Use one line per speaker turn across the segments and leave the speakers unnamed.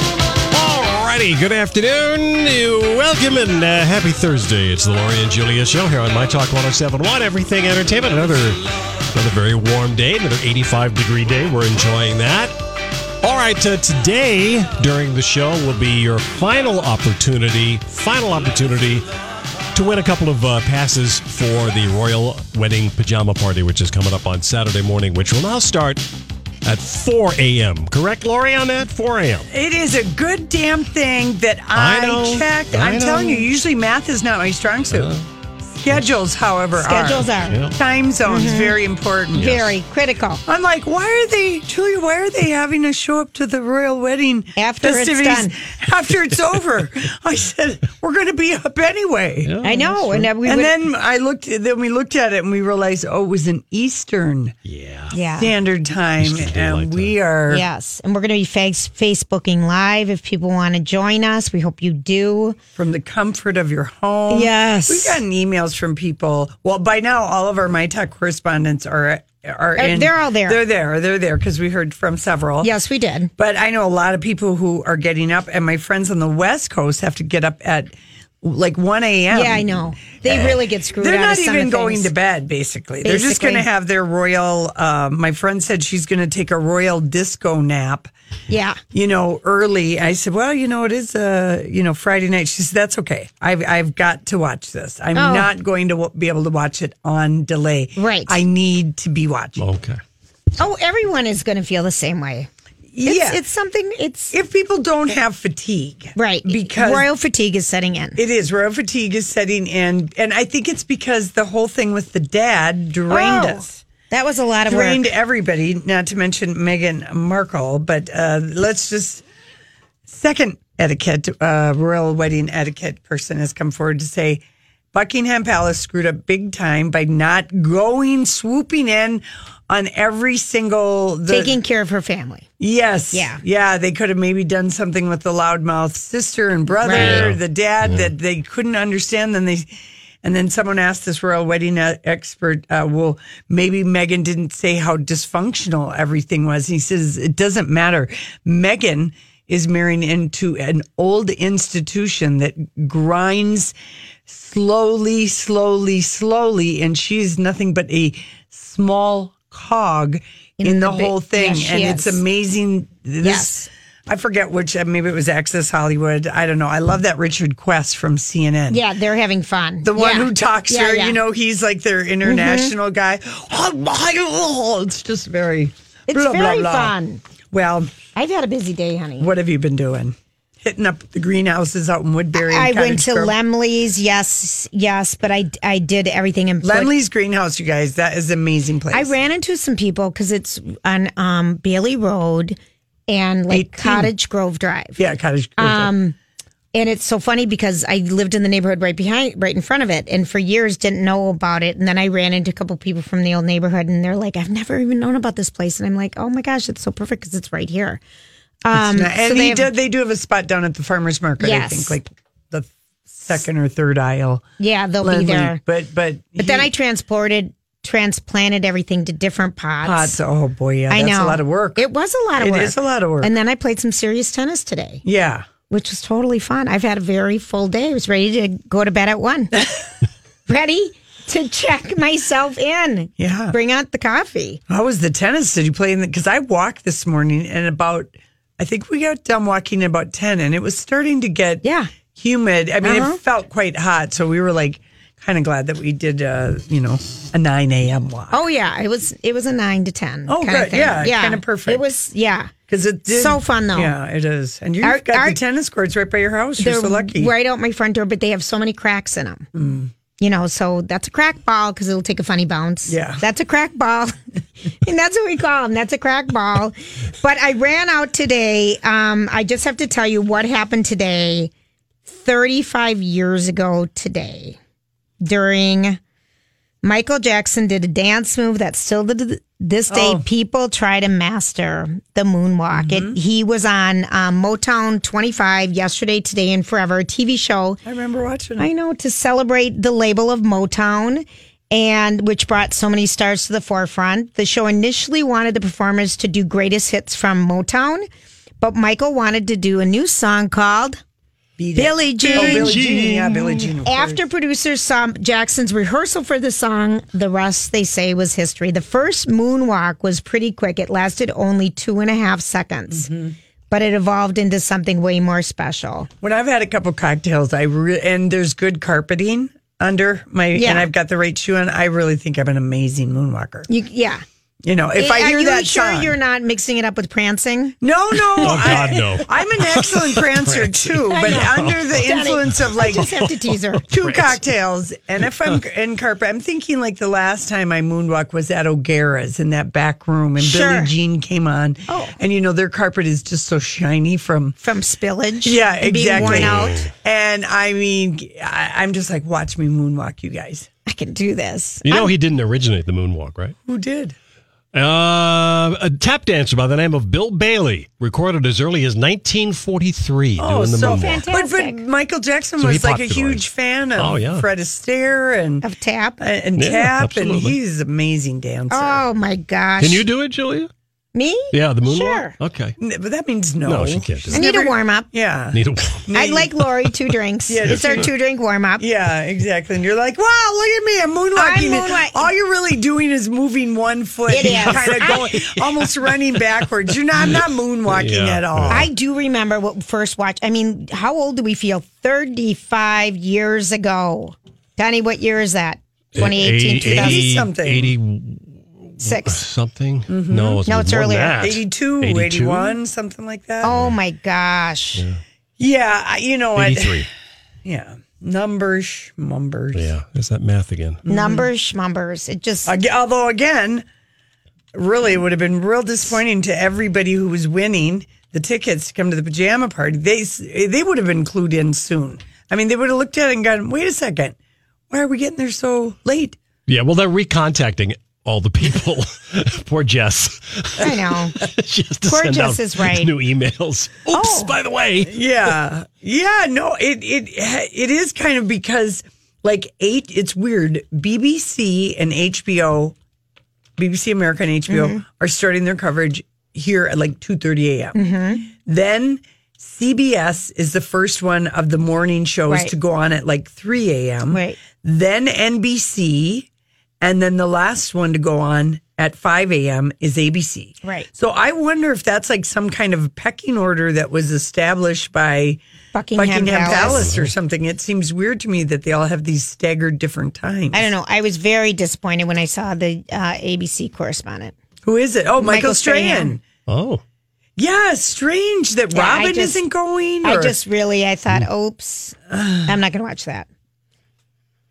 Alrighty, good afternoon. Welcome and uh, happy Thursday. It's the Laurie and Julia show here on My Talk 1071, Everything Entertainment. Another another very warm day, another 85 degree day. We're enjoying that. All right, uh, today during the show will be your final opportunity, final opportunity to win a couple of uh, passes for the Royal Wedding Pajama Party, which is coming up on Saturday morning, which will now start at 4 a.m. Correct, Lori, on that? 4 a.m.
It is a good damn thing that
I
I,
know,
checked.
I
I'm telling
know. Uh-huh.
you, usually math is not my strong suit. Schedules, however,
Schedules
are.
are Mm-hmm.
Yeah.
Time zones very important.
very critical.
I'm like, why are they, Julia? Why are they having us show up to the royal wedding
After it's
festivities
done.
after it's over? I said we're going to be up anyway.
I know, and then we
And
would,
then I looked. Then we looked at it and we realized, oh, it was an Eastern
Yeah.
yeah,
Standard Time,
Eastern Daylight
and we are.
yes, and we're going to be face, Facebooking live if people want to join us. We hope you do.
from the comfort of your home.
Yes.
we've gotten emails from people. Well, by now all of our My Talk correspondents are are in.
they're all there.
They're there. They're there because we heard from several.
Yes, we did.
but I know a lot of people who are getting up, and my friends on the West Coast have to get up at like one a.m.
Yeah, I know. They really get screwed.
They're
out
not
of some
even
of
going
things.
to bed, basically. They're just
Basically.
going to have their royal. Uh, my friend said she's going to take a royal disco nap
Yeah,
you know, early. I said, well, you know, it is uh, you know, Friday night. She said, that's okay. I've, I've got to watch this. I'm
Oh.
not going to w- be able to watch it on delay.
Right.
I need to be watching.
Okay.
Oh, everyone is going to feel the same way. It's,
yeah.
it's something. It's
if people don't have fatigue.
right
Because
royal fatigue is setting in.
it is. Royal fatigue is setting in. And I think it's because the whole thing with the dad drained
Oh,
us.
That was a lot of
Drained
work.
everybody, not to mention Meghan Markle. But uh, let's just second etiquette, uh, royal wedding etiquette person has come forward to say Buckingham Palace screwed up big time by not going swooping in on every single the,
Taking care of her family.
Yes.
Yeah.
Yeah. They could have maybe done something with the loudmouth sister and brother,
Right. Yeah.
the dad that they couldn't understand. Then they, and then someone asked this royal wedding uh, expert, uh, well, maybe Megan didn't say how dysfunctional everything was. He says, it doesn't matter. Megan is marrying into an old institution that grinds slowly, slowly, slowly, and she is nothing but a small cog in, the,
the big-
whole thing.
Yes, she
and it's
is.
amazing. This,
Yes.
I forget which. uh, Maybe it was Access Hollywood. I don't know. I love that Richard Quest from CNN.
Yeah, they're having fun.
The one
Yeah.
who talks
Yeah,
to her,
yeah. Mm-hmm.
you know, he's like their international guy. oh, It's just very,
It's
blah, blah,
very
blah.
fun.
Well,
I've had a busy day, honey.
what have you been doing? Hitting up the greenhouses out in Woodbury. and
I went
Cottage
to
Grove.
Lemley's. Yes, yes, but I I did everything in
Lemley's greenhouse, you guys. That is an amazing place.
I ran into some people because it's on um, Bailey Road and like
18.
Cottage Grove Drive.
Yeah, Cottage Grove. Um,
And it's so funny because I lived in the neighborhood right behind, right in front of it, and for years didn't know about it. And then I ran into a couple people from the old neighborhood, and they're like, "I've never even known about this place." And I'm like, "Oh my gosh, it's so perfect because it's right here." Um,
and
so
they,
have-
do, they do have a spot down at the farmers market.
Yes.
I think like the second or third aisle.
yeah, they'll
Lemley.
be there.
But but
But then I transported, transplanted everything to different pots.
pots. Oh boy, yeah,
I
that's
know
a lot of work.
It was a lot of
It
work.
is a lot of work.
And then I played some serious tennis today.
yeah.
which was totally fun. I've had a very full day. I was ready to go to bed at one. ready to check myself in.
Yeah.
Bring out the coffee.
How was the tennis? Did you play in the? Because I walked this morning and about, I think we got done walking at about ten, and it was starting to get
Yeah.
humid. I mean,
Uh-huh.
it felt quite hot, so we were like kind of glad that we did, uh, you know, a nine a.m. walk
Oh yeah, it was it was a nine to ten.
Oh,
kinda
good.
thing.
Yeah, kinda perfect.
It was yeah.
because it did
so fun, though.
Yeah, it is. And you've
Our-
got
our-
the tennis courts right by your house. You're so lucky.
right out my front door, but they have so many cracks in them. You know, so that's a crack ball because it'll take a funny bounce.
Yeah.
that's a crack ball, and that's what we call them. That's a crack ball. but I ran out today. Um, I just have to tell you what happened today. Thirty-five years ago today, during Michael Jackson did a dance move that still to this day people try to master the moonwalk. It, he was on um, Motown 25 yesterday, today, and forever, a TV show.
I remember watching. it.
I know to celebrate the label of Motown and which brought so many stars to the forefront. The show initially wanted the performers to do greatest hits from Motown, but Michael wanted to do a new song called
Beat it.
Billie Jean.
Oh, Billie Jean. Yeah, Billie Jean. of course.
After producers saw Jackson's rehearsal for the song, the rest they say was history. The first moonwalk was pretty quick. It lasted only two and a half seconds,
Mm-hmm.
but it evolved into something way more special.
When I've had a couple cocktails, I re- and there's good carpeting under my
Yeah.
and I've got the right shoe on. I really think I'm an amazing moonwalker.
You, yeah. Eh,
You know, if I
Are
hear
you
that
sure
song,
you're not mixing it up with prancing?
no, no,
Oh, God, no.
I, am an excellent prancer too, but under the influence of like
Just have to tease her.
two cocktails, and if I'm in carpet, I'm thinking like the last time I moonwalk was at O'Gara's in that back room, and
Sure.
Billie Jean came on,
Oh.
and you know their carpet is just so shiny from
From spillage.
Yeah,
and
exactly.
Being worn out.
And I mean, I, I'm just like, watch me moonwalk, you guys.
I can do this.
You know, he didn't originate the moonwalk, right?
Who did?
Uh, a tap dancer by the name of Bill Bailey recorded as early as 1943 doing the moonwalk.
But, but
Oh, Fantastic.
Michael Jackson
So he
was like a
popularized.
huge fan of
Oh, yeah.
Fred Astaire and uh,
Of tap.
and
Yeah,
Tap, and
absolutely.
he's an amazing dancer.
Oh my gosh.
Can you do it, Julia?
me?
Yeah, the moonwalk.
Sure.
Okay.
N- But that means no.
No, she can't do
I
it.
need a warm up.
Yeah.
Need a
I'd like Lori two drinks.
Yeah,
it's our two drink warm up.
Yeah, exactly. And you're like, wow, look at me. I'm moonwalking.
I'm moonwalking.
All you're really doing is moving one foot
It
and
is.
kind of going, almost running backwards. You're not, I'm not moonwalking
Yeah.
at all.
I do remember what first watch. I mean, how old do we feel? 35 years ago. Donnie, what year is that?
Eh,
2018,
80
something.
80
2006.
something? No, it's,
Mm-hmm. No, it's
more than
earlier.
that.
82,
82?
81, something like that.
Oh my gosh.
Yeah, I- you know what?
83.
Yeah, numbers, numbers.
Yeah, there's that math again.
Numbers, schmumbers. It just,
Ag- although again, really, it would have been real disappointing to everybody who was winning the tickets to come to the pajama party. They s- they would have been clued in soon. I mean, they would have looked at it and gone, "Wait a second, why are we getting there so late?"
Yeah, well, they're recontacting all the people. Poor Jess.
I know.
Just to
Poor
send
Jess
out
is right. Oh.
new emails. Oops, by the way.
Yeah, yeah, no, it it it is kind of because like eight. It's weird. BBC and HBO, BBC America and HBO
Mm-hmm.
are starting their coverage here at like two thirty a.m.
Mm-hmm.
Then CBS is the first one of the morning shows
Right.
to go on at like three a.m.
Right.
Then NBC, and then the last one to go on at 5 a.m. is ABC.
Right.
So I wonder if that's like some kind of pecking order that was established by
Buckingham Palace.
or something. It seems weird to me that they all have these staggered different times.
I don't know. I was very disappointed when I saw the uh, ABC correspondent.
Who is it? Oh, Michael,
Michael
Strahan.
Strahan.
Oh,
Yeah, strange that
Yeah, I
Robin
just-
isn't going.
I
or-
just really, I thought, oops, I'm not going to watch that.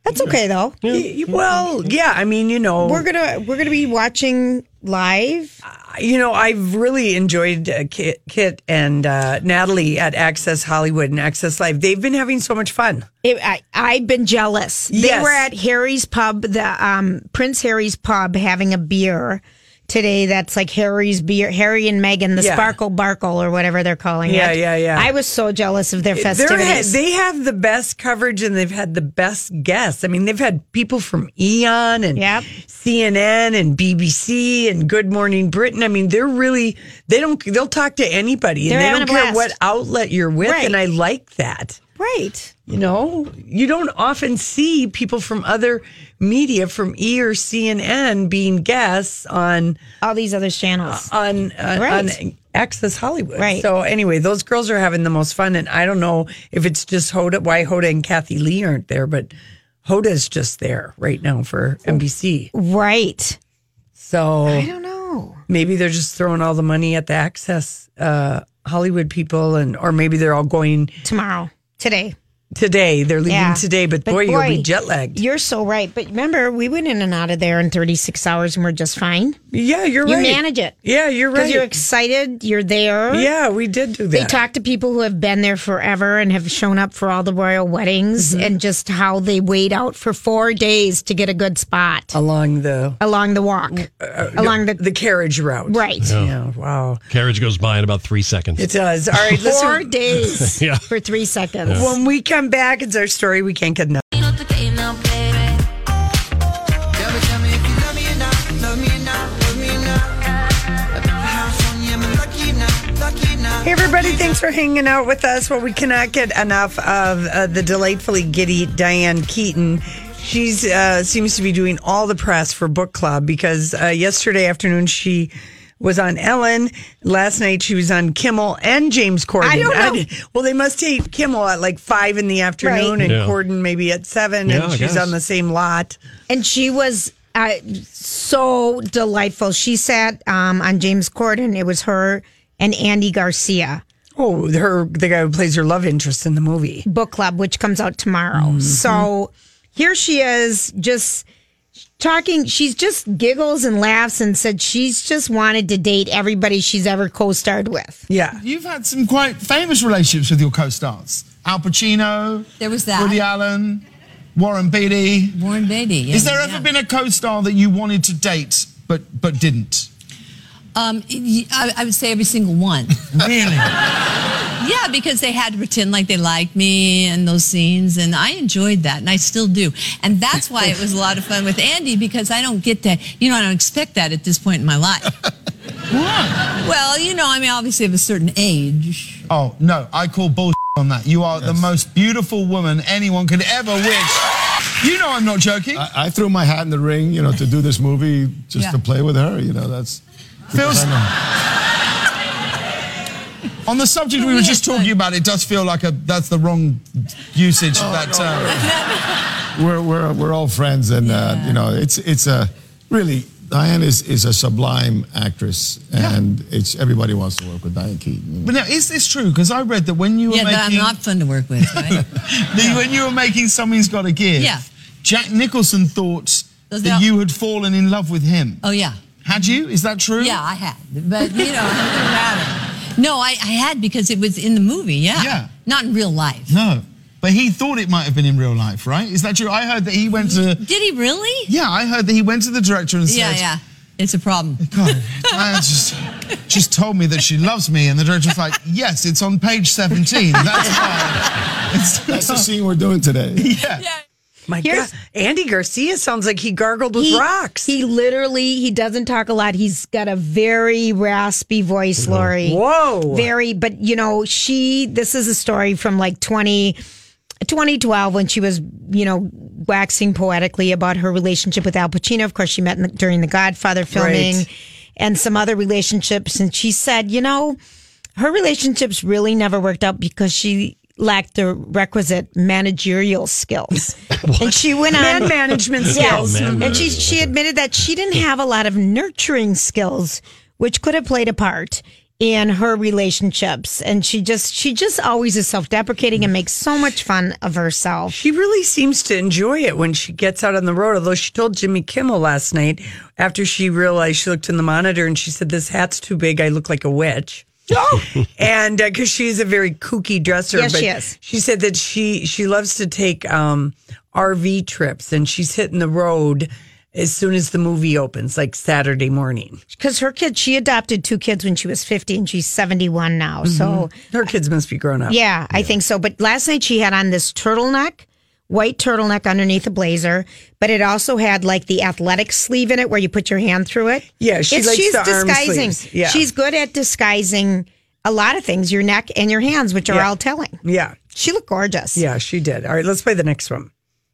That's okay though.
Y- well, yeah. I mean, you know,
We're gonna we're gonna be watching live.
you know, I've really enjoyed uh, Kit, Kit and uh, Natalie at Access Hollywood and Access Live. They've been having so much fun.
It, I, I've been jealous. They
Yes.
were at Harry's Pub, the um, Prince Harry's Pub, having a beer today. That's like Harry's beer, Harry and Meghan, the
Yeah.
Sparkle Barkle or whatever they're calling
Yeah,
it.
yeah, yeah.
I was so jealous of their
They're ha-
festivities.
they have the best coverage and they've had the best guests. I mean, they've had people from Eon and
Yep.
CNN and BBC and Good Morning Britain. I mean, they're really they don't they'll talk to anybody
They're
and they
having
don't
a
care
blast.
what outlet you're with.
Right.
And I like that.
Right.
You know, you don't often see people from other media, from E or CNN, being guests on
All these other channels.
on uh,
Right.
on Access Hollywood.
Right.
So anyway, those girls are having the most fun, and I don't know if it's just Hoda, why Hoda and Kathy Lee aren't there, but Hoda's just there right now for NBC.
right. I
So
don't know.
maybe they're just throwing all the money at the Access uh, Hollywood people, and or maybe they're all going
Tomorrow. Today.
today. They're leaving
Yeah.
today, but, boy, you'll be jet lagged.
You're so right. But remember, we went in and out of there in 36 hours and we're just fine.
Yeah, you're
You
right.
manage it.
Yeah, you're
Because
right.
you're excited, you're there.
yeah, we did do that.
They talk to people who have been there forever and have shown up for all the royal weddings and just how they wait out for four days to get a good spot
along the
along the walk, along the,
the carriage route.
right.
Yeah. Wow.
Carriage goes by in about three seconds.
It does. All right.
Four
Listen.
days
Yeah.
for three seconds.
When we come back, it's our story. We can't get enough.
no te quedes, no, baby.
Hey, everybody. Thanks for hanging out with us. Well, we cannot get enough of uh, the delightfully giddy Diane Keaton. She's uh, seems to be doing all the press for book club because uh, yesterday afternoon she was on Ellen. Last night she was on Kimmel and James Corden.
I don't know.
did- well, they must tape Kimmel at like five in the afternoon
Right.
and
Yeah.
Corden maybe at seven,
Yeah,
and
I
she's
guess.
on the same lot.
And she was uh, so delightful. She sat um, on James Corden. It was her and Andy Garcia
Oh, her the guy who plays her love interest in the movie.
book club, which comes out tomorrow. So here she is, just talking. She's just giggles and laughs and said she's just wanted to date everybody she's ever co-starred with.
Yeah.
You've had some quite famous relationships with your co-stars. Al Pacino.
There was that.
Woody Allen, Warren Beatty.
Warren Beatty. yeah,
Is there ever
yeah.
been a co-star that you wanted to date but but didn't?
Um, y- I, I would say every single one.
Really?
yeah, because they had to pretend like they liked me and those scenes, and I enjoyed that, and I still do. And that's why it was a lot of fun with Andy because I don't get that. You know, I don't expect that at this point in my life.
Why?
well, you know, I mean, obviously of a certain age.
Oh no, I call bullshit on that. You are the most beautiful woman anyone could ever wish. You know I'm not joking.
I, I threw my hat in the ring, you know, to do this movie just
Yeah.
to play with her. You know, that's
Feels- on the subject we were just talking about, it does feel like a that's the wrong usage of that term.
we're we're we're all friends, and uh,
Yeah.
you know, it's it's a really Diane is is a sublime actress,
Yeah.
and it's everybody wants to work with Diane Keaton.
But now, is this true? Because I read that when you were
yeah, that I'm
making
not fun to work with. Right?
that you- when you were making Something's Got to Give,
Yeah.
Jack Nicholson thought
Does
that
that-
you had fallen in love with him.
oh yeah.
Had you? Is that true?
Yeah, I had, but you know, I didn't have it. No, I, I had because it was in the movie. Yeah.
Yeah.
Not in real life.
No, but he thought it might have been in real life, right? Is that true? I heard that he went to.
Did he really?
Yeah, I heard that he went to the director and
Yeah,
said,
yeah. It's a problem.
God, Diane just just told me that she loves me, and the director was like, "Yes, it's on page 17. That's why." It's
That's the scene we're doing today.
yeah.
My
Here's-
God. Andy Garcia sounds like he gargled with rocks.
He literally he doesn't talk a lot. He's got a very raspy voice, Lori.
Whoa.
Very, but you know, she this is a story from like 20 2012 when she was, you know, waxing poetically about her relationship with Al Pacino. Of course, she met in the, during the Godfather filming
Right.
and some other relationships and she said, you know, her relationships really never worked out because she lacked the requisite managerial skills. and she went on
Man management skills.
Yes. and she she admitted that she didn't have a lot of nurturing skills, which could have played a part in her relationships. And she just she just always is self deprecating and makes so much fun of herself.
She really seems to enjoy it when she gets out on the road. Although she told Jimmy Kimmel last night after she realized she looked in the monitor and she said, This hat's too big. I look like a witch. and because she is a very kooky dresser.
Oh! Yes,
but
she is.
She said that she, she loves to take um, RV trips and she's hitting the road as soon as the movie opens, like Saturday morning.
Because her kid she adopted two kids when she was fifty and she's seventy one now. So
Her kids must be grown up.
Yeah, I think so. But last night she had on this turtleneck, white turtleneck underneath a blazer, but it also had like the athletic sleeve in it where you put your hand through it.
Yeah, she likes the arm sleeves. Yeah.
She's good at disguising a lot of things, your neck and your hands, which are all telling.
Yeah.
She looked gorgeous.
Yeah, she did. All right, let's play the next one.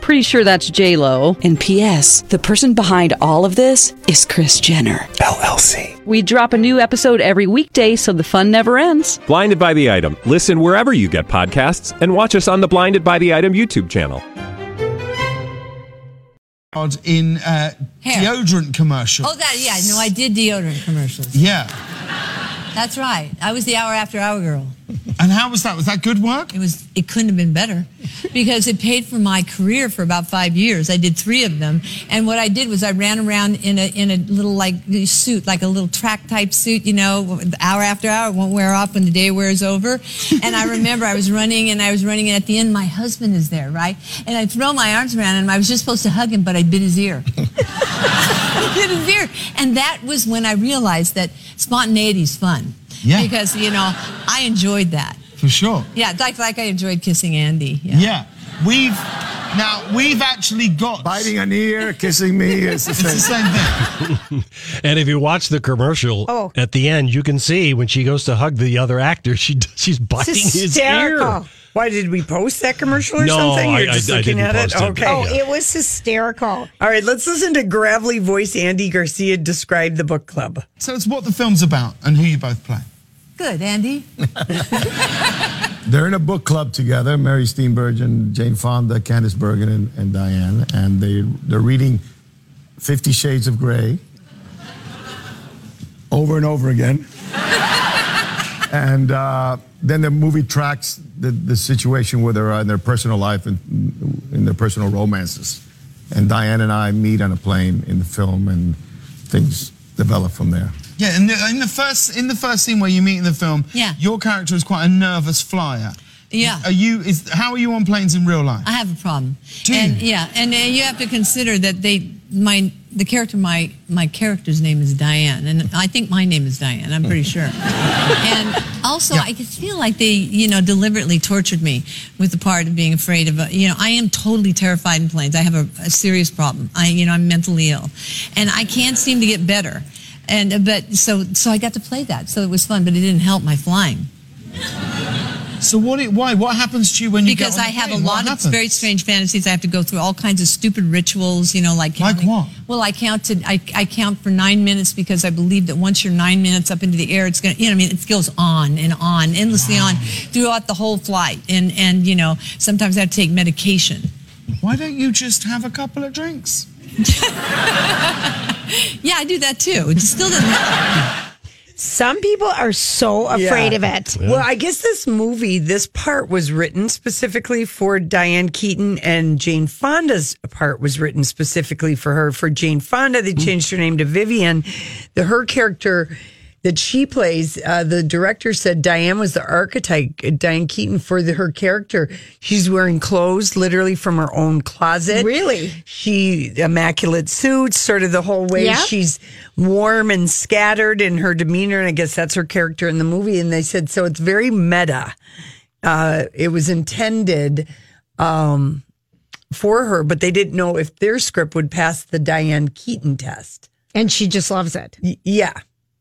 Pretty sure that's J Lo.
And P.S. The person behind all of this is Chris Jenner.
LLC.
We drop a new episode every weekday, so the fun never ends.
Blinded by the item. Listen wherever you get podcasts, and watch us on the Blinded by the Item YouTube channel.
in uh,
Hair.
deodorant commercials.
Oh, that, yeah. No, I did deodorant commercials.
Yeah.
That's right. I was the hour after hour girl.
And how was that? Was that good work?
It was. It couldn't have been better, because it paid for my career for about five years. I did three of them, and what I did was I ran around in a in a little like suit, like a little track type suit. You know, hour after hour it won't wear off when the day wears over. And I remember I was running and I was running, and at the end my husband is there, right? And I throw my arms around him. I was just supposed to hug him, but I bit his ear. I bit his ear, and that was when I realized that spontaneity is fun.
Yeah.
Because you know I enjoyed that.
For sure.
Yeah, like like I enjoyed kissing Andy. Yeah.
Yeah. We've. Now, we've actually got.
Biting an ear, kissing me, it's the
It's the
same.
same thing.
And if you watch the commercial
Oh.
at the end, you can see when she goes to hug the other actor, she she's biting his ear.
hysterical.
Why did we post that commercial or
No,
something?
I-
You're just
I- I
looking
didn't
at it.
post it.
Okay.
Oh, it was hysterical.
All right, let's listen to gravelly voice Andy Garcia describe the book club.
So it's what the film's about and who you both play.
Good, Andy.
They're in a book club together, Mary Steenburgen, Jane Fonda, Candice Bergen, and, and Diane, and they, they're reading Fifty Shades of Grey over and over again. and uh, then the movie tracks the, the situation where they're in their personal life and in their personal romances. And Diane and I meet on a plane in the film, and things develop from there.
Yeah, in the, in the first in the first scene where you meet in the film,
Yeah.
your character is quite a nervous flyer.
Yeah.
Are you? Is how are you on planes in real life?
I have a problem.
Do
and
you?
yeah, and uh, you have to consider that they my the character my my character's name is Diane, and I think my name is Diane. I'm pretty sure. and also, I could feel like they you know deliberately tortured me with the part of being afraid of. uh, You know, I am totally terrified in planes. I have a, a serious problem. I you know I'm mentally ill, and I can't seem to get better. And uh, but so so I got to play that, so it was fun, but it didn't help my flying.
so what? i- Why? What happens to you when you
because
get on
I
the
have a
plane? What
lot of
happens?
very strange fantasies. I have to go through all kinds of stupid rituals, you know, like
Like what?
Well, I counted. I, I count for nine minutes because I believe that once you're nine minutes up into the air, it's gonna. You know, I mean, it goes on and on, endlessly on throughout the whole flight. And and you know, sometimes I have to take medication.
Why don't you just have a couple of drinks?
Yeah, I do that too. It still doesn't. help.
Some people are so afraid
Yeah.
of it.
Well, I guess this movie, this part was written specifically for Diane Keaton, and Jane Fonda's part was written specifically for her. For Jane Fonda, they changed her name to Vivian. The her character that she plays, uh, the director said Diane was the archetype. Diane Keaton for the, her character, she's wearing clothes literally from her own closet.
Really?
she immaculate suits, sort of the whole way.
Yeah.
She's warm and scattered in her demeanor, and I guess that's her character in the movie. And they said so it's very meta. Uh, it was intended um, for her, but they didn't know if their script would pass the Diane Keaton test.
And she just loves it.
Y- yeah,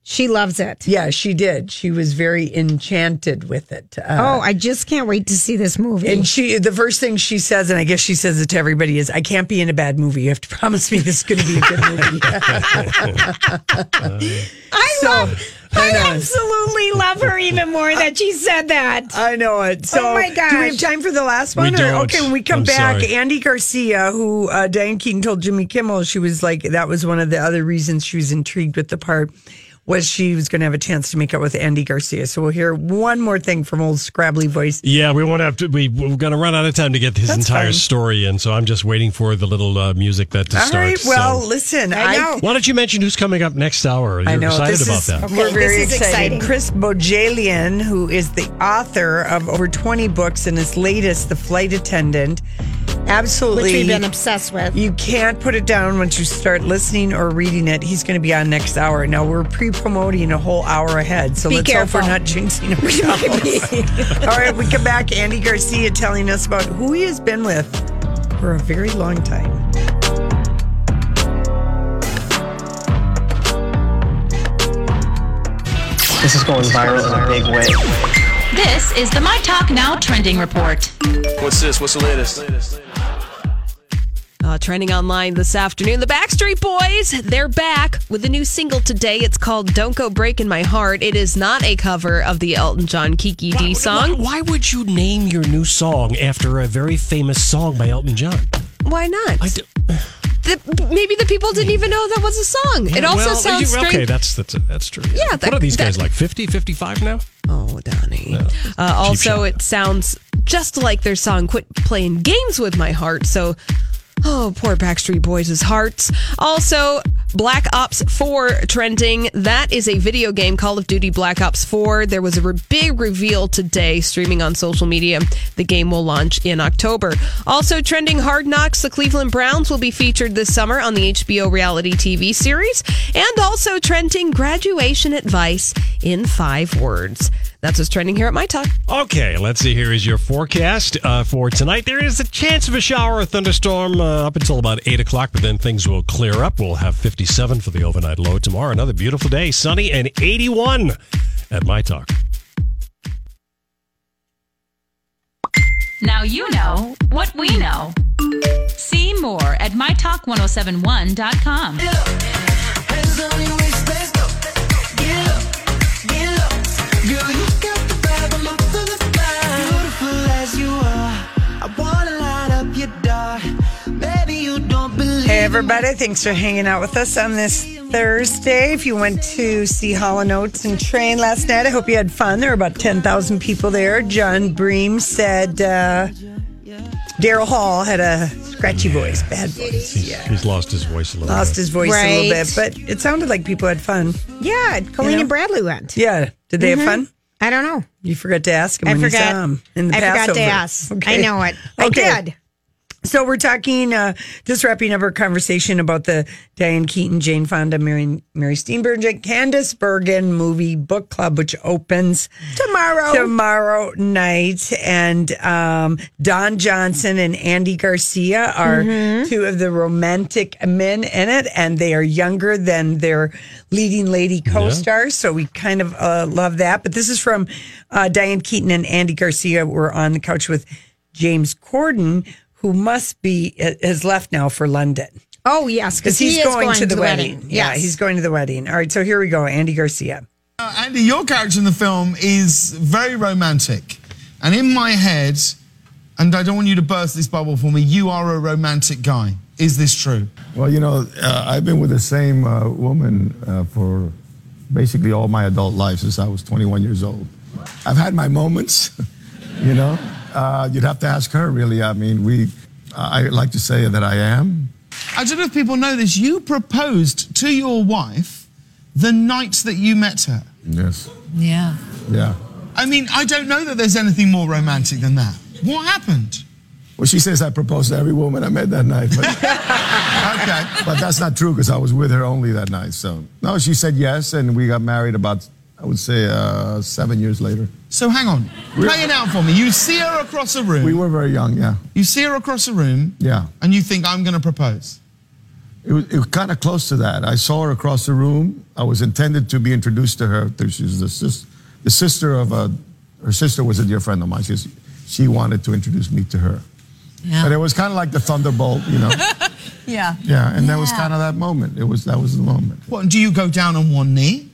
She loves it.
yeah, she did. She was very enchanted with it. Uh,
Oh, I just can't wait to see this movie.
And she, the first thing she says, and I guess she says it to everybody, is, "I can't be in a bad movie. You have to promise me this is going to be a good movie."
I
so-
love
I
I,
know.
absolutely love her even more that she said that.
I know it. So,
Oh my
do we have
gosh.
time for the last
We
one? Or-
don't.
okay, when we come
I'm
back,
sorry.
Andy Garcia, who uh, Diane Keaton told Jimmy Kimmel, she was like that was one of the other reasons she was intrigued with the part was she was going to have a chance to make out with Andy Garcia. So we'll hear one more thing from old Scrabbly voice.
Yeah, we won't have to. We, we're going to run out of time to get his entire
fine.
story in, so I'm just waiting for the little uh, music that to
All
start.
right. Well,
so.
listen,
I
I
know.
why don't you mention who's coming up next hour? You're
I know.
excited
this
about
is,
that.
We're
Okay,
very
this is
excited.
exciting.
Chris Bojalian, who is the author of over 20 books and his latest, The Flight Attendant, Absolutely.
Which we've been obsessed with.
You can't put it down once you start listening or reading it. He's going to be on next hour. Now, we're pre promoting a whole hour ahead, so
Be
let's
careful.
hope we're not jinxing ourselves. All right, we come back. Andy Garcia telling us about who he has been with for a very long time.
This is going viral in a big way.
This is the My Talk Now trending report.
What's this? What's the latest?
Uh, trending online this afternoon. The Backstreet Boys, they're back with a new single today. It's called Don't Go Breaking My Heart. It is not a cover of the Elton John Kiki D song.
Why would you name your new song after a very famous song by Elton John?
Why not? The- maybe the people didn't even know that was a song. it also
Well,
sounds
you-
strange.
Okay, that's, that's, that's true.
Yeah,
what
that-
are these guys
that-
like, 50, 55 now?
Oh, Donnie. Uh, also, it sounds just like their song Quit Playing Games with My Heart. So, oh, poor Backstreet Boys' hearts. Also, Black Ops 4 trending. That is a video game, Call of Duty Black Ops 4. There was a re- big reveal today streaming on social media. The game will launch in October. Also, trending Hard Knocks, the Cleveland Browns will be featured this summer on the HBO reality TV series. And also, trending graduation advice in five words. That's what's trending here at My Talk.
Okay, let's see. Here is your forecast uh, for tonight. There is a chance of a shower or thunderstorm uh, up until about 8 o'clock, but then things will clear up. We'll have 57 for the overnight low tomorrow. Another beautiful day, sunny and 81 at My Talk.
Now you know what we know. See more at mytalk1071.com.
Hey, everybody. Thanks for hanging out with us on this Thursday. If you went to see Hollow Notes and Train last night, I hope you had fun. There were about 10,000 people there. John Bream said uh, Daryl Hall had a scratchy voice, bad voice.
He's, he's lost his voice a little
Lost
bit.
his voice a
Right.
little bit, but it sounded like people had fun.
Yeah, Colleen
know?
and Bradley went.
Yeah. Did they
Mhm.
have fun?
I don't know.
You forgot to ask him
I
when you
forgot.
saw him in the
I forgot to
Passover.
ask. I know it. I did.
So we're talking, uh, just wrapping up our conversation about the Diane Keaton, Jane Fonda, Mary, Mary Steenburgen, Candace Bergen movie book club, which opens
tomorrow
tomorrow night. And um, Don Johnson and Andy Garcia are
Mhm.
two of the romantic men in it, and they are younger than their leading lady co-stars. So we kind of uh, love that. But this is from uh, Diane Keaton and Andy Garcia. Were on the couch with James Corden, who must be uh, has left now for London.
Oh yes,
Because he's going, to the wedding. Yeah,
Yes.
he's going to the wedding. All right, so here we go. Andy Garcia.
Uh, Andy, your character in the film is very romantic. And in my head, and I don't want you to burst this bubble for me, you are a romantic guy. Is this true?
Well, you know, uh, I've been with the same uh, woman uh, for basically all my adult life since I was 21 years old. I've had my moments, you know. Uh, you'd have to ask her, really. I mean, we, I I like to say that I am.
I don't know if people know this. You proposed to your wife the night that you met her.
Yes.
Yeah.
Yeah.
I mean, I don't know that there's anything more romantic than that. What happened?
Well, she says I proposed to every woman I met that night. But, okay. But that's not true because I was with her only that night. So, no, she said yes, and we got married about, I would say, uh, seven years later.
So hang on. Play it out for me. You see her across a room.
We were very young, yeah.
You see her across a room.
Yeah.
And you think, I'm going to propose.
It was, it was kind of close to that. I saw her across the room. I was intended to be introduced to her. She's the, sis, the sister of a, her sister was a dear friend of mine. She's, she wanted to introduce me to her.
Yeah.
But it was kind of like the thunderbolt, you know?
Yeah.
yeah, and that was kind of that moment. It was, that was the moment.
What, do you go down on one knee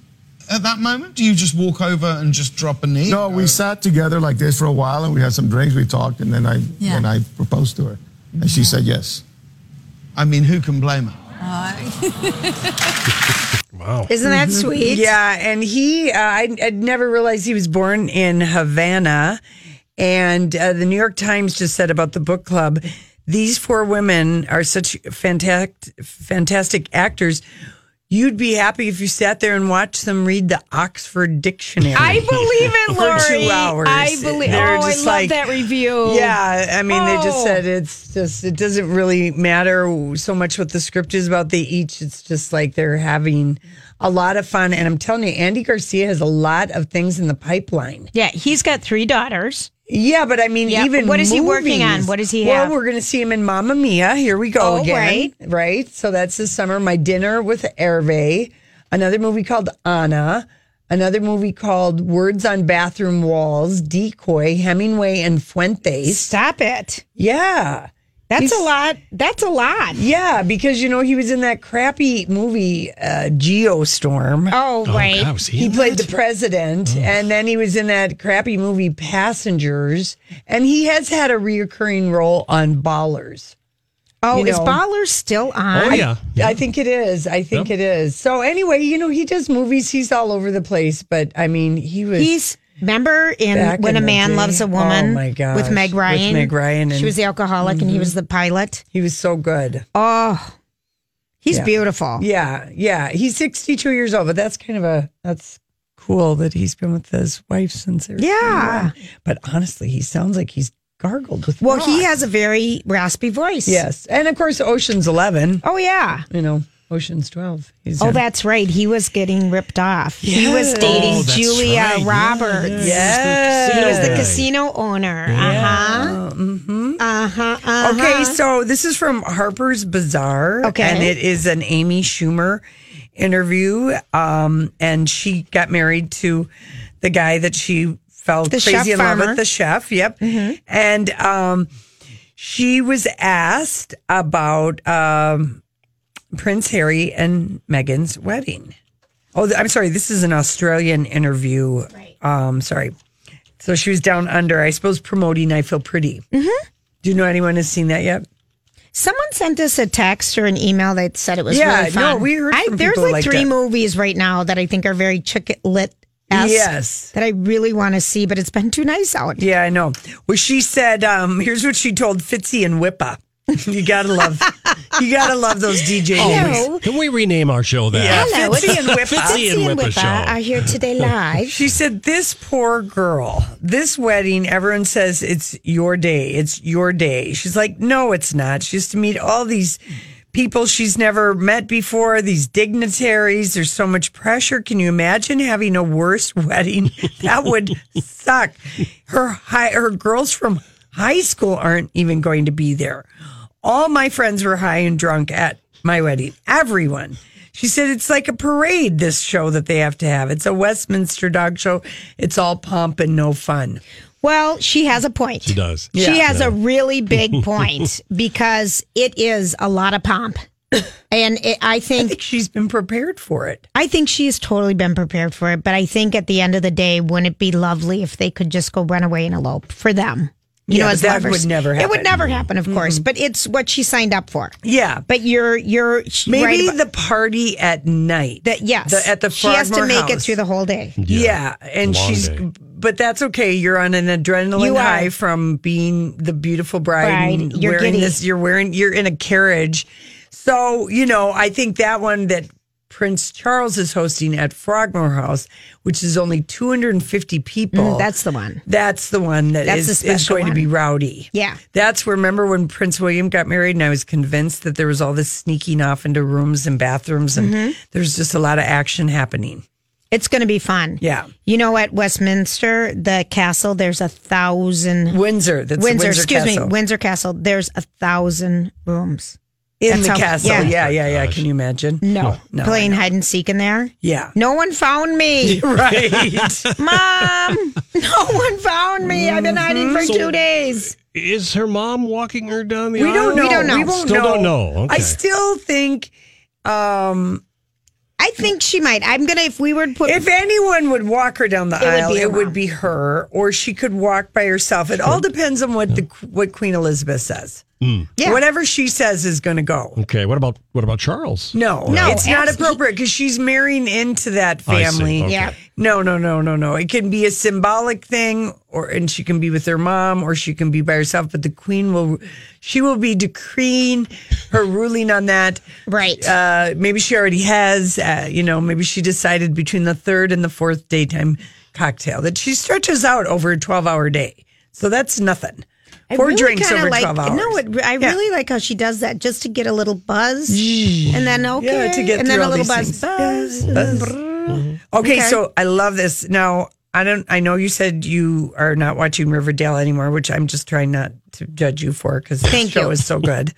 at that moment? Do you just walk over and just drop a knee?
No, we sat together like this for a while, and we had some drinks. We talked, and then I
Yeah.
then I proposed to her, and she said yes.
I mean, who can blame her?
Wow.
Isn't that sweet?
Yeah, and he, uh, I, I'd never realized he was born in Havana. And uh, the New York Times just said about the book club these four women are such fantastic, fantastic actors. You'd be happy if you sat there and watched them read the Oxford Dictionary.
I believe it, Lori.
For two hours.
I believe.
They're
oh, I love
just like-
that review.
Yeah, I mean, they just
Oh.
said it's just it doesn't really matter so much what the script is about. They each, it's just like they're having a lot of fun. And I'm telling you, Andy Garcia has a lot of things in the pipeline.
Yeah, he's got three daughters.
Yeah, but I mean,
Yeah,
even
what is he working on?
movies.
What does he
well,
have?
Well, we're going to see him in Mamma Mia. Here we go
Oh,
again,
right.
Right. So that's this summer. My dinner with Hervé. Another movie called Anna. Another movie called Words on Bathroom Walls, Decoy, Hemingway, and Fuentes.
Stop it.
Yeah.
That's a lot. That's a lot.
Yeah, because you know he was in that crappy movie uh, Geostorm.
Oh,
wait,
right. God, was he
he
in
played the president, and then he was in that crappy movie Passengers, and he has had a reoccurring role on Ballers.
Oh,
You
is
know.
Baller still on?
I- I, think it is. I think it is. So anyway, you know he does movies. He's all over the place, but I mean he was.
He's remember in
Back
When
in
a
the
Man
day.
Loves a
Oh,
Woman
my
with
gosh.
Meg
With
Ryan.
Meg Ryan
she
and- Mm-hmm.
was the alcoholic and he was the pilot.
He was so good.
Oh, he's
Yeah.
beautiful.
Yeah, yeah. He's 62 years old, but that's kind of a that's cool that he's been with his wife since they were
Yeah.
21. But honestly, he sounds like he's gargled with
Well, he
rock.
has a very raspy voice.
Yes. And of course Ocean's 11.
Oh yeah.
You know, Ocean's 12. He's
Oh,
in-
that's right. He was getting ripped off. He was dating
Oh, that's
Julia
right. Yeah,
Roberts.
yeah, yeah.
He was the
Right.
casino owner. Uh huh.
Mhm.
Uh huh. Uh-huh.
Okay, so this is from Harper's Bazaar.
Okay.
And it is an Amy Schumer interview. Um, and she got married to the guy that she fell
The
crazy
chef
in love
farmer.
with, the chef. Yep. And um, she was asked about um, Prince Harry and Meghan's wedding. Oh, th- I'm sorry. This is an Australian interview. Um, sorry. So she was down under, I suppose, promoting I Feel Pretty. Mm-hmm. Do you know anyone has seen that yet?
Someone sent us a text or an email that said it was
Yeah,
really fun.
no, we heard from
there's
people
like,
like
three
that.
movies right now that I think are very chick lit.
Yes.
That I really want to see, but it's been too nice out.
Yeah, I know. Well, she said, um, here's what she told Fitzy and Whippa. You gotta love, you gotta love those DJ names.
Oh, can we rename our show that?
Yeah,
Hello,
Fitzy
it's
and Whippa.
Fitzy and Whippa
show.
are here today live.
She said, This poor girl, this wedding, everyone says it's your day. It's your day. She's like, No, it's not. She has to meet all these people she's never met before, these dignitaries. There's so much pressure. Can you imagine having a worse wedding? That would suck. Her high, her girls from high school aren't even going to be there. All my friends were high and drunk at my wedding. Everyone. She said it's like a parade, this show that they have to have. It's a Westminster dog show. It's all pomp and no fun.
Well, she has a point.
She does.
She
Yeah.
has a really big point because it is a lot of pomp. And it, I think
She's been prepared for it.
I think she has totally been prepared for it, but I think at the end of the day, wouldn't it be lovely if they could just go run away and elope for them? You
Yeah,
know,
but
as
that
lovers.
would never
It would
happen.
never happen, of course. But it's what she signed up for.
Yeah.
But you're you're she-
Maybe
right about-
the party at night.
that yes
The, at the
she has to
Frogmore
make it
House.
through the whole day.
Yeah. and
Long
she's,
day.
but that's okay. You're on an adrenaline
You are.
high from being the beautiful bride. and
Bride, you're
wearing
giddy.
this. You're wearing. You're in a carriage. So you know. I think that one that Prince Charles is hosting at Frogmore House, which is only 250 people.
Mm, that's the one.
That's the one that
That's
is
the
is
special
going
one.
to be rowdy.
Yeah.
That's where, remember when Prince William got married and I was convinced that there was all this sneaking off into rooms and bathrooms and
Mm-hmm.
there's just a lot of action happening.
It's going to be fun.
Yeah.
You know, at Westminster, the castle, there's a thousand.
Windsor. That's the
Windsor,
Windsor
excuse
Castle.
me. Windsor Castle, there's a thousand rooms.
In
That's
the
how-
castle.
yeah.
Yeah, yeah, yeah. Can you imagine?
No.
No,
Playing hide and seek in there.
Yeah.
No one found me.
Right.
Mom, no one found me. I've been hiding for
So-
two days.
Is her mom walking her down the
we
aisle?
don't know.
We don't know.
won't
Still don't know. Okay.
I still think um,
I think she might. I'm gonna if we were to put
if anyone would walk her down the
would
aisle,
be her
it would
mom.
be her, or she could walk by herself. It all depends on what the what Queen Elizabeth says.
Mm.
Whatever she says is going to go.
Okay. What about what about Charles?
No,
Or-
it's not appropriate because she's marrying into that
I see,
family.
okay. Yeah.
No, no, no, no, no. It can be a symbolic thing, or and she can be with her mom, or she can be by herself. But the queen will, she will be decreeing her ruling on that.
Right.
Uh, maybe she already has. Uh, you know, maybe she decided between the third and the fourth daytime cocktail that she stretches out over a twelve-hour day. So that's nothing.
I
Four
really
drinks
kinda
over
like,
twelve hours.
No, it, I
Yeah.
really like how she does that just to get a little buzz, and then okay,
Yeah, to get
and
through
then a
all
little
these
buzz,
things.
buzz.
Buzz. Okay,
Okay.
so I love this. Now I don't. I know you said you are not watching Riverdale anymore, which I'm just trying not to judge you for because the
Thank
show
you.
is so good.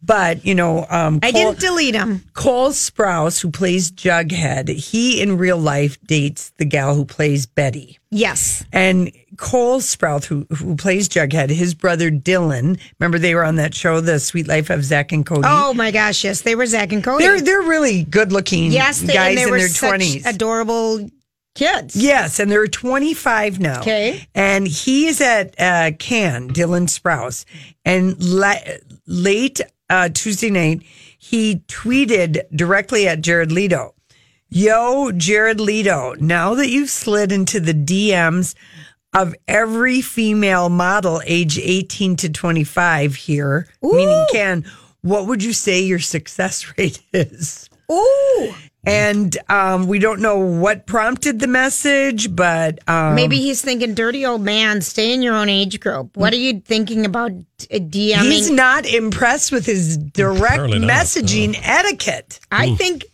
But you know, um,
I didn't delete him.
Cole Sprouse, who plays Jughead, he in real life dates the gal who plays Betty.
Yes.
And Cole Sprouse, who, who plays Jughead, his brother Dylan, remember they were on that show, The Sweet Life of Zach and Cody?
Oh my gosh, yes, they were Zach and Cody.
They're they're really good looking
yes, they,
guys
and they
in
were
their
such
twenties.
adorable kids.
Yes, and they're 25 now.
Okay.
And he is at uh, Cannes, Dylan Sprouse. And la- late uh, Tuesday night, he tweeted directly at Jared Leto Yo, Jared Leto, now that you've slid into the DMs of every female model age 18 to 25 here, meaning Cannes, what would you say your success rate is?
Ooh.
And um, we don't know what prompted the message, but um, Mm.
Maybe he's thinking, dirty old man, stay in your own age group. What are you thinking about uh, DMing?
he's not impressed with his direct
Apparently not,
messaging etiquette.
I think,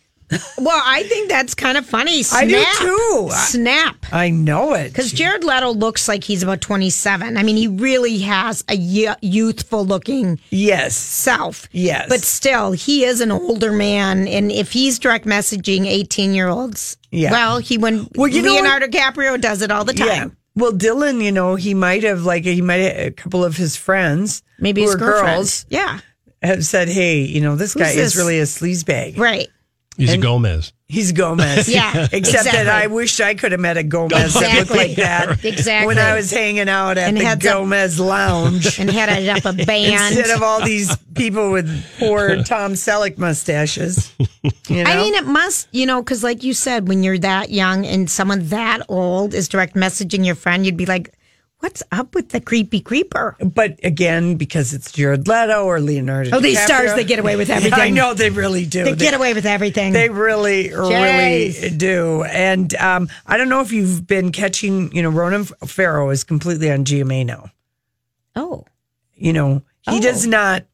well, I think that's kind of funny. Snap.
I do too.
Snap.
I know it.
Because Jared Leto looks like he's about 27. I mean, he really has a y- youthful looking
yes
self.
Yes.
But still, he is an older man. And if he's direct messaging 18 year olds,
Yeah.
well, he wouldn't.
Well, you know what-
Leonardo DiCaprio does it all the time.
Well, Dylan, you know, he might have like he might have a couple of his friends,
Maybe
who
his
are
girlfriend.
girls,
Yeah.
have said, "Hey, you know, this
Who's
guy
this?
is really a sleazebag."
Right.
He's
And-
a Gomez.
He's Gomez.
Yeah,
Except that
exactly.
I wish I could have met a Gomez that looked like
Exactly.
that.
Exactly.
When I was hanging out at
And
the
had the-
Gomez Lounge.
And had it up a band.
Instead of all these people with poor Tom Selleck mustaches. You know?
I mean, it must, you know, because like you said, when you're that young and someone that old is direct messaging your friend, you'd be like, what's up with the creepy creeper?
but again, because it's Jared Leto or Leonardo
Oh, these
DiCaprio.
stars, they get away with
Yeah,
everything.
I know they really do.
They get away with everything.
They really, really
Jeez.
do. And um, I don't know if you've been catching, you know, Ronan Farrow is completely on GMA now.
oh,
You know, he
Oh.
does not.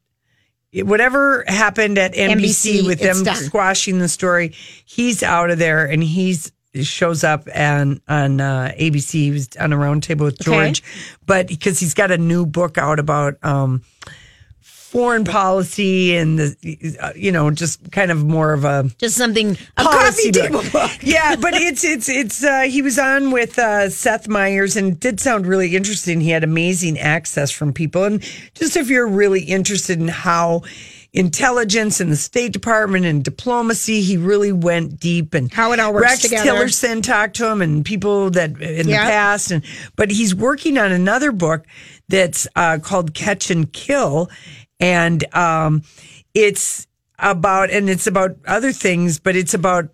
Whatever happened at NBC,
NBC,
with
it's
them
done.
squashing the story, he's out of there, and he's shows up and on uh, ABC. He was on a roundtable with
Okay.
George, but because he's got a new book out about um, foreign policy and the, uh, you know, just kind of more of a
just something, a coffee
Policy
table
book.
book.
yeah, but it's it's it's uh he was on with uh Seth Meyers and it did sound really interesting. He had amazing access from people and just if you're really interested in how intelligence and the State Department and diplomacy, he really went deep and
How it all works
Rex
together.
Tillerson talked to him and people that in
Yeah.
the past and but he's working on another book that's uh called Catch and Kill and um it's about and it's about other things but it's about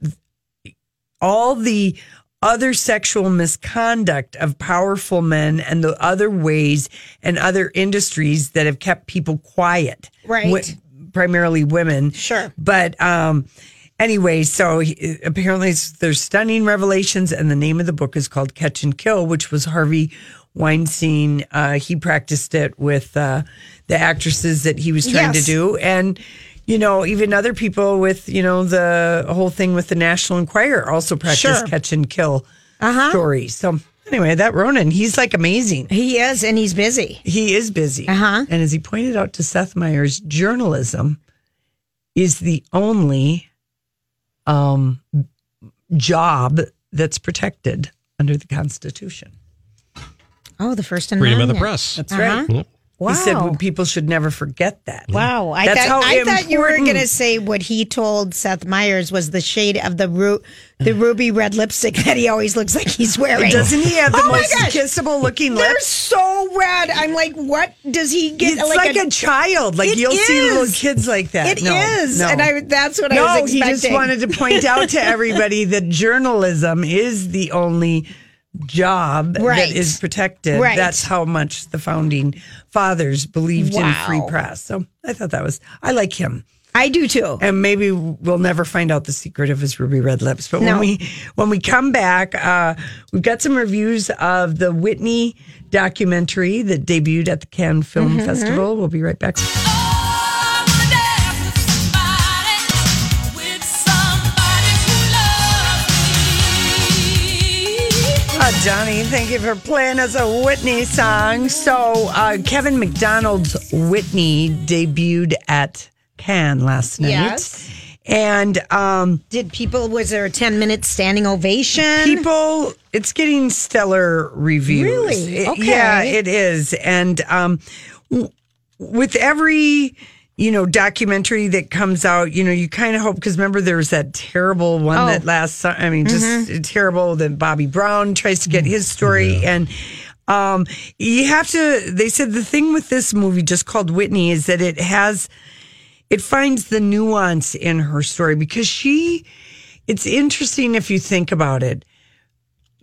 all the other sexual misconduct of powerful men and the other ways and other industries that have kept people quiet
Right.
Wo- primarily women
Sure.
but um anyway so he, apparently it's, there's stunning revelations and the name of the book is called catch and kill which was harvey weinstein uh he practiced it with uh the actresses that he was trying to
Yes.
do and you know even other people with you know the whole thing with the national enquirer also practice
Sure.
catch and kill
Uh-huh.
stories so anyway that ronan he's like amazing
He is, and he's busy.
he is busy.
Uh-huh.
And as he pointed out to Seth Meyers, journalism is the only um, job that's protected under the Constitution.
Oh, the first
Freedom of
Amendment.
the press.
That's
Uh-huh.
right. Mm-hmm.
Yep.
He said
Wow.
well, people should never forget that.
Wow, I
That's
thought
how
I thought you were
important-
going to say what he told Seth Meyers was the shade of the ru- the ruby red lipstick that he always looks like he's wearing.
Doesn't he have the
oh my
most
gosh.
kissable looking
They're
lips?
so red. I'm like, what does he get?
It's like, a, child. Like
It
you'll see little
is.
kids like that.
It
no,
is.
no.
and I that's what
no,
I was expecting.
he just wanted to point out to everybody that journalism is the only job
Right.
that is protected.
Right.
That's how much the founding fathers believed in free
Wow.
press. So I thought that was I like him.
I do too.
And maybe we'll never find out the secret of his ruby red lips. But
No.
when we when we come back, uh, we've got some reviews of the Whitney documentary that debuted at the Cannes Film
Mhm.
Festival. We'll be right back. Uh, Johnny, thank you for playing us a Whitney song. So, uh, Kevin McDonald's Whitney debuted at Cannes last night.
Yes.
And um,
did people was there a 10 minute standing ovation?
People it's getting stellar reviews.
Really?
It-
Okay.
yeah, it is. And um, w- with every you know documentary that comes out, you know you kind of hope because remember there was that terrible one
Oh. Mm-hmm.
that last. su- I mean, just terrible that Bobby Brown tries to get his story and. Um, you have to, they said the thing with this movie just called Whitney is that it has, it finds the nuance in her story because she, it's interesting if you think about it.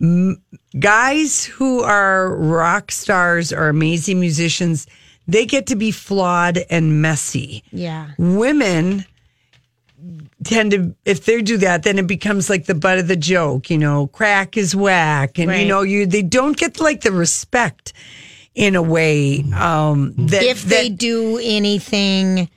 M- guys who are rock stars or amazing musicians, they get to be flawed and messy.
Yeah.
Women tend to, if they do that, then it becomes like the butt of the joke. You know, crack is whack, and
Right.
you know, you they don't get like the respect in a way um, that
if they
that-
do anything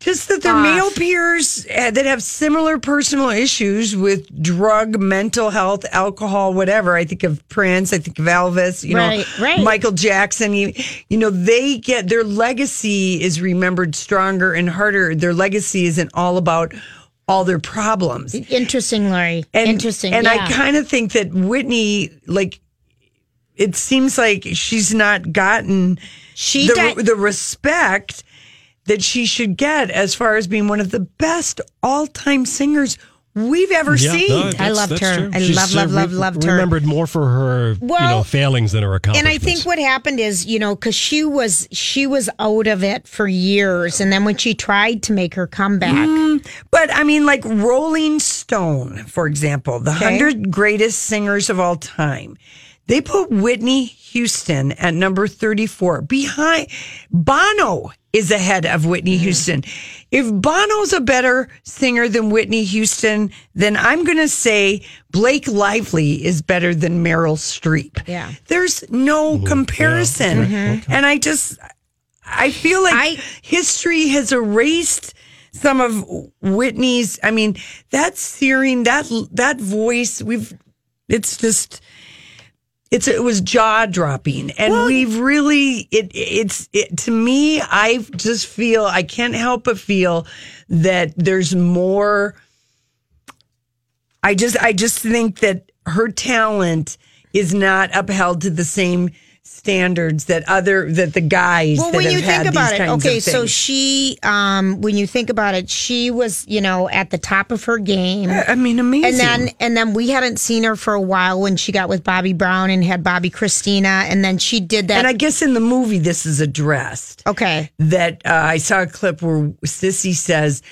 just that their
off.
male peers uh, that have similar personal issues with drug, mental health, alcohol, whatever. I think of Prince, I think of Elvis, you
Right,
know,
right.
Michael Jackson. You, you know, they get their legacy is remembered stronger and harder. Their legacy isn't all about all their problems.
Interesting, Laurie. Interesting.
And
yeah.
I kind of think that Whitney, like, it seems like she's not gotten
She
the,
di-
the respect that she should get as far as being one of the best all time singers we've ever
Yeah,
seen.
no, that's- that's true. She's, uh, re- Remembered more for her, you know,
Well,
failings than her
and
accomplishments.
I think what happened is, you know, because she was she was out of it for years, and then when she tried to make her comeback,
Mm. But I mean, like Rolling Stone, for example, the 100 greatest singers of all time. They put Whitney Houston at number 34 behind Bono is ahead of Whitney Houston. If Bono's a better singer than Whitney Houston, then I'm going to say Blake Lively is better than Meryl Streep.
Yeah.
There's no comparison. And I just I feel like history has erased some of Whitney's. I mean, that searing, that that voice, we've. It's just. It's it was jaw dropping, and we've really it. It's it, to me. I just feel I can't help but feel that there's more. I just I just think that her talent is not upheld to the same standards that other that the guys.
Well,
that
when
have
you
had
think about
these
it,
kinds
okay,
of
so
things.
she, um, when you think about it, she was, you know, at the top of her game.
I I mean, amazing.
And then, and then we hadn't seen her for a while when she got with Bobby Brown and had Bobby Christina, and then she did that.
and I guess in the movie this is addressed.
okay,
That uh, I saw a clip where Sissy says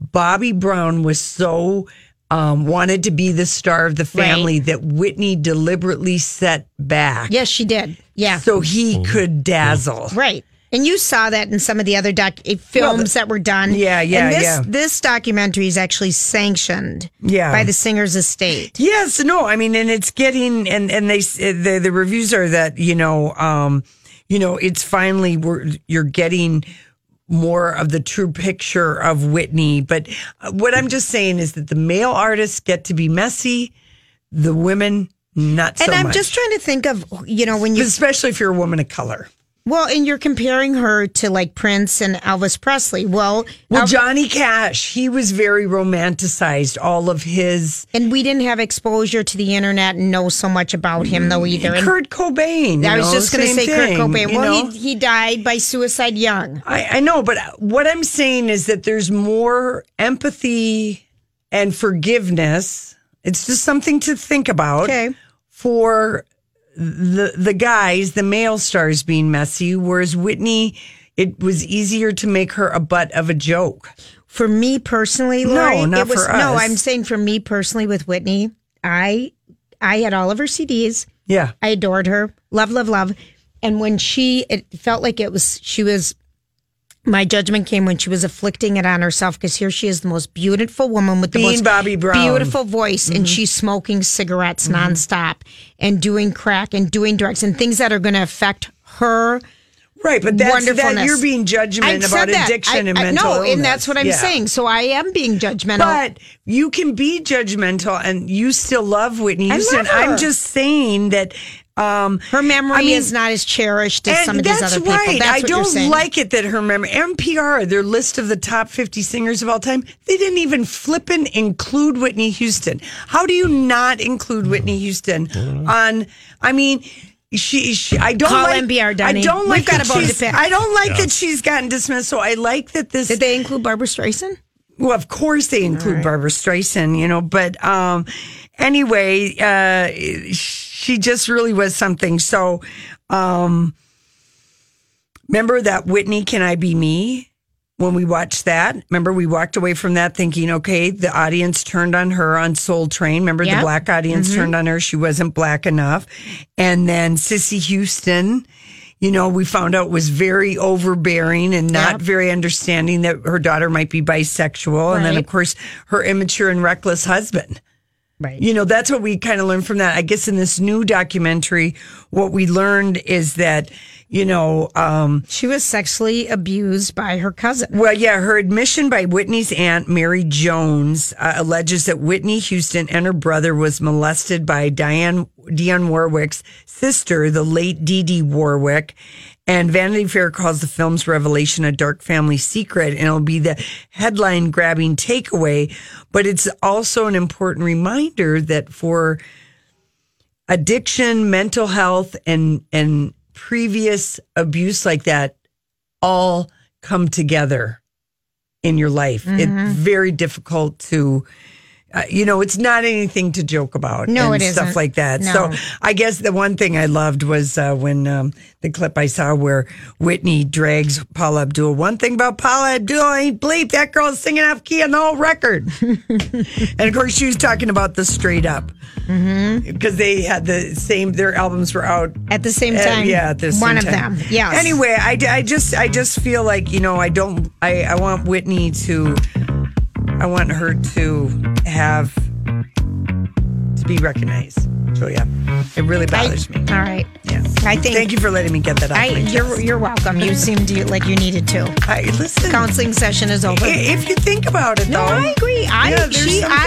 Bobby Brown was so um, wanted to be the star of the family that Whitney deliberately set back.
yes, she did. Yeah,
So he could dazzle.
right. And you saw that in some of the other doc eh, films that were done.
Yeah, yeah,
And this,
yeah.
This documentary is actually sanctioned.
Yeah.
by the singer's estate.
Yes, no, I mean, and it's getting, and and they s- eh, the the reviews are that you know, um, you know, it's finally we're you're getting more of the true picture of Whitney. But uh, what I'm just saying is that the male artists get to be messy, the women not so
and I'm
much.
just trying to think of you know when you
especially if you're a woman of color.
Well, and you're comparing her to like Prince and Elvis Presley. Well,
Well,
Elv-
Johnny Cash, he was very romanticized. All of his
and we didn't have exposure to the internet and know so much about him
Mm,
though either. And
Kurt Cobain.
I
you
was
know,
just going to
same
say
thing,
Kurt Cobain.
you
Well,
know?
he, he died by suicide young.
I, I know, but what I'm saying is that there's more empathy and forgiveness. It's just something to think about for the the guys, the male stars being messy, whereas Whitney, it was easier to make her a butt of a joke.
For me personally, Lori,
no, not
it was,
for us.
No, I'm saying for me personally with Whitney, I I had all of her CDs.
Yeah.
I adored her. Love, love, love. And when she, it felt like it was, she was, my judgment came when she was afflicting it on herself because here she is the most beautiful woman with the
Being
most
Bobby Brown. Mm-hmm.
beautiful voice and she's smoking cigarettes nonstop and doing crack and doing drugs and things that are going to affect her.
Right, but that's- that
wonderfulness.
you're being judgment
I said
about
that.
addiction
I-
and
I-
mental
No,
illness.
and that's what I'm
Yeah.
saying. So I am being judgmental.
But you can be judgmental and you still love Whitney
I
Houston.
love her.
I'm just saying that um,
her memory
I mean,
is not as cherished as
and
some of these
that's
other people.
right.
That's
I
what you're
don't
saying.
like it that her memory. NPR, their list of the top 50 singers of all time, they didn't even flippin' include Whitney Houston. How do you not include Whitney Houston on? I mean. She, she, I don't
Call
like.
NPR, Donnie.
I don't
We've
like
got
that
a bone to
she's-
pick.
I don't like
Yeah.
that she's gotten dismissed. So I like that this.
Did they include Barbara Streisand?
Well, of course they include Barbara Streisand, you know, but um, anyway, uh, she just really was something. So, um, remember that Whitney, Can I Be Me? When we watched that, remember we walked away from that thinking, okay, the audience turned on her on Soul Train. Remember
Yep.
the black audience
Mhm.
turned on her. She wasn't black enough. And then Sissy Houston, you know, we found out was very overbearing and not very understanding that her daughter might be bisexual. And then, of
Right.
course, her immature and reckless husband.
Right.
You know, that's what we kind of learned from that. I guess in this new documentary, what we learned is that, you know, um,
she was sexually abused by her cousin.
Well, yeah, her admission by Whitney's aunt, Mary Jones, uh, alleges that Whitney Houston and her brother was molested by Diane Dionne Warwick's sister, the late Dee Dee Warwick. And Vanity Fair calls the film's revelation a dark family secret, and it'll be the headline grabbing takeaway. But it's also an important reminder that for addiction, mental health, and and previous abuse like that all come together in your life.
Mm-hmm.
It's very difficult to, uh, you know, it's not anything to joke about.
No,
and
it
stuff
isn't.
like that.
No.
So I guess the one thing I loved was uh, when um, the clip I saw where Whitney drags Paula Abdul. One thing about Paula Abdul, I ain't bleep that girl's singing off key on the whole record. and of course, she was talking about the straight up because
Mm-hmm.
they had the same. Their albums were out
at the same
uh,
time.
yeah, at the
one
same
of
time.
them. Yes.
Anyway, I, d- I just I just feel like you know I don't I I want Whitney to I want her to have to be recognized. Julia, it really bothers me.
All right.
Yeah.
I think.
Thank you for letting me get that off
I,
my
you're
chest.
you're welcome. You seemed to, like you needed to.
I, listen,
counseling session is over.
I- if you think about it,
no,
though,
I agree. I
Yeah, there's
she
something
I